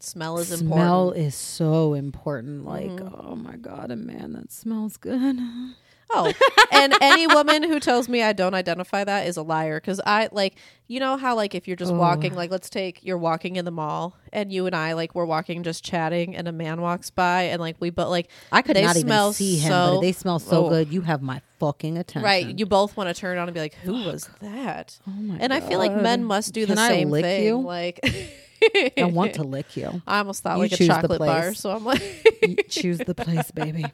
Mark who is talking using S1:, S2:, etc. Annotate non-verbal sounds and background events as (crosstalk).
S1: Smell is important.
S2: smell is so important. Like,
S1: Mhm.
S2: oh my god, a man that smells good.
S1: (laughs) Oh, and any woman who tells me I don't identify that is a liar. Because I like, you know how like if you're just
S2: Oh.
S1: walking, like let's take you're walking in the mall, and you and I like we're walking just chatting, and a man walks by, and like we but like
S2: I could
S1: They
S2: not even
S1: smell
S2: see him, but
S1: so-
S2: if they smell so
S1: oh.
S2: good. You have my fucking attention.
S1: right, you both want to turn on and be like, who was that?
S2: Oh my
S1: And I feel like
S2: God.
S1: men must do
S2: Can
S1: the
S2: I
S1: same
S2: lick
S1: thing.
S2: you?
S1: Like, (laughs)
S2: I want to lick you.
S1: I almost thought
S2: You
S1: like a
S2: choose the
S1: chocolate bar,
S2: place.
S1: so I'm like,
S2: You choose the place, baby.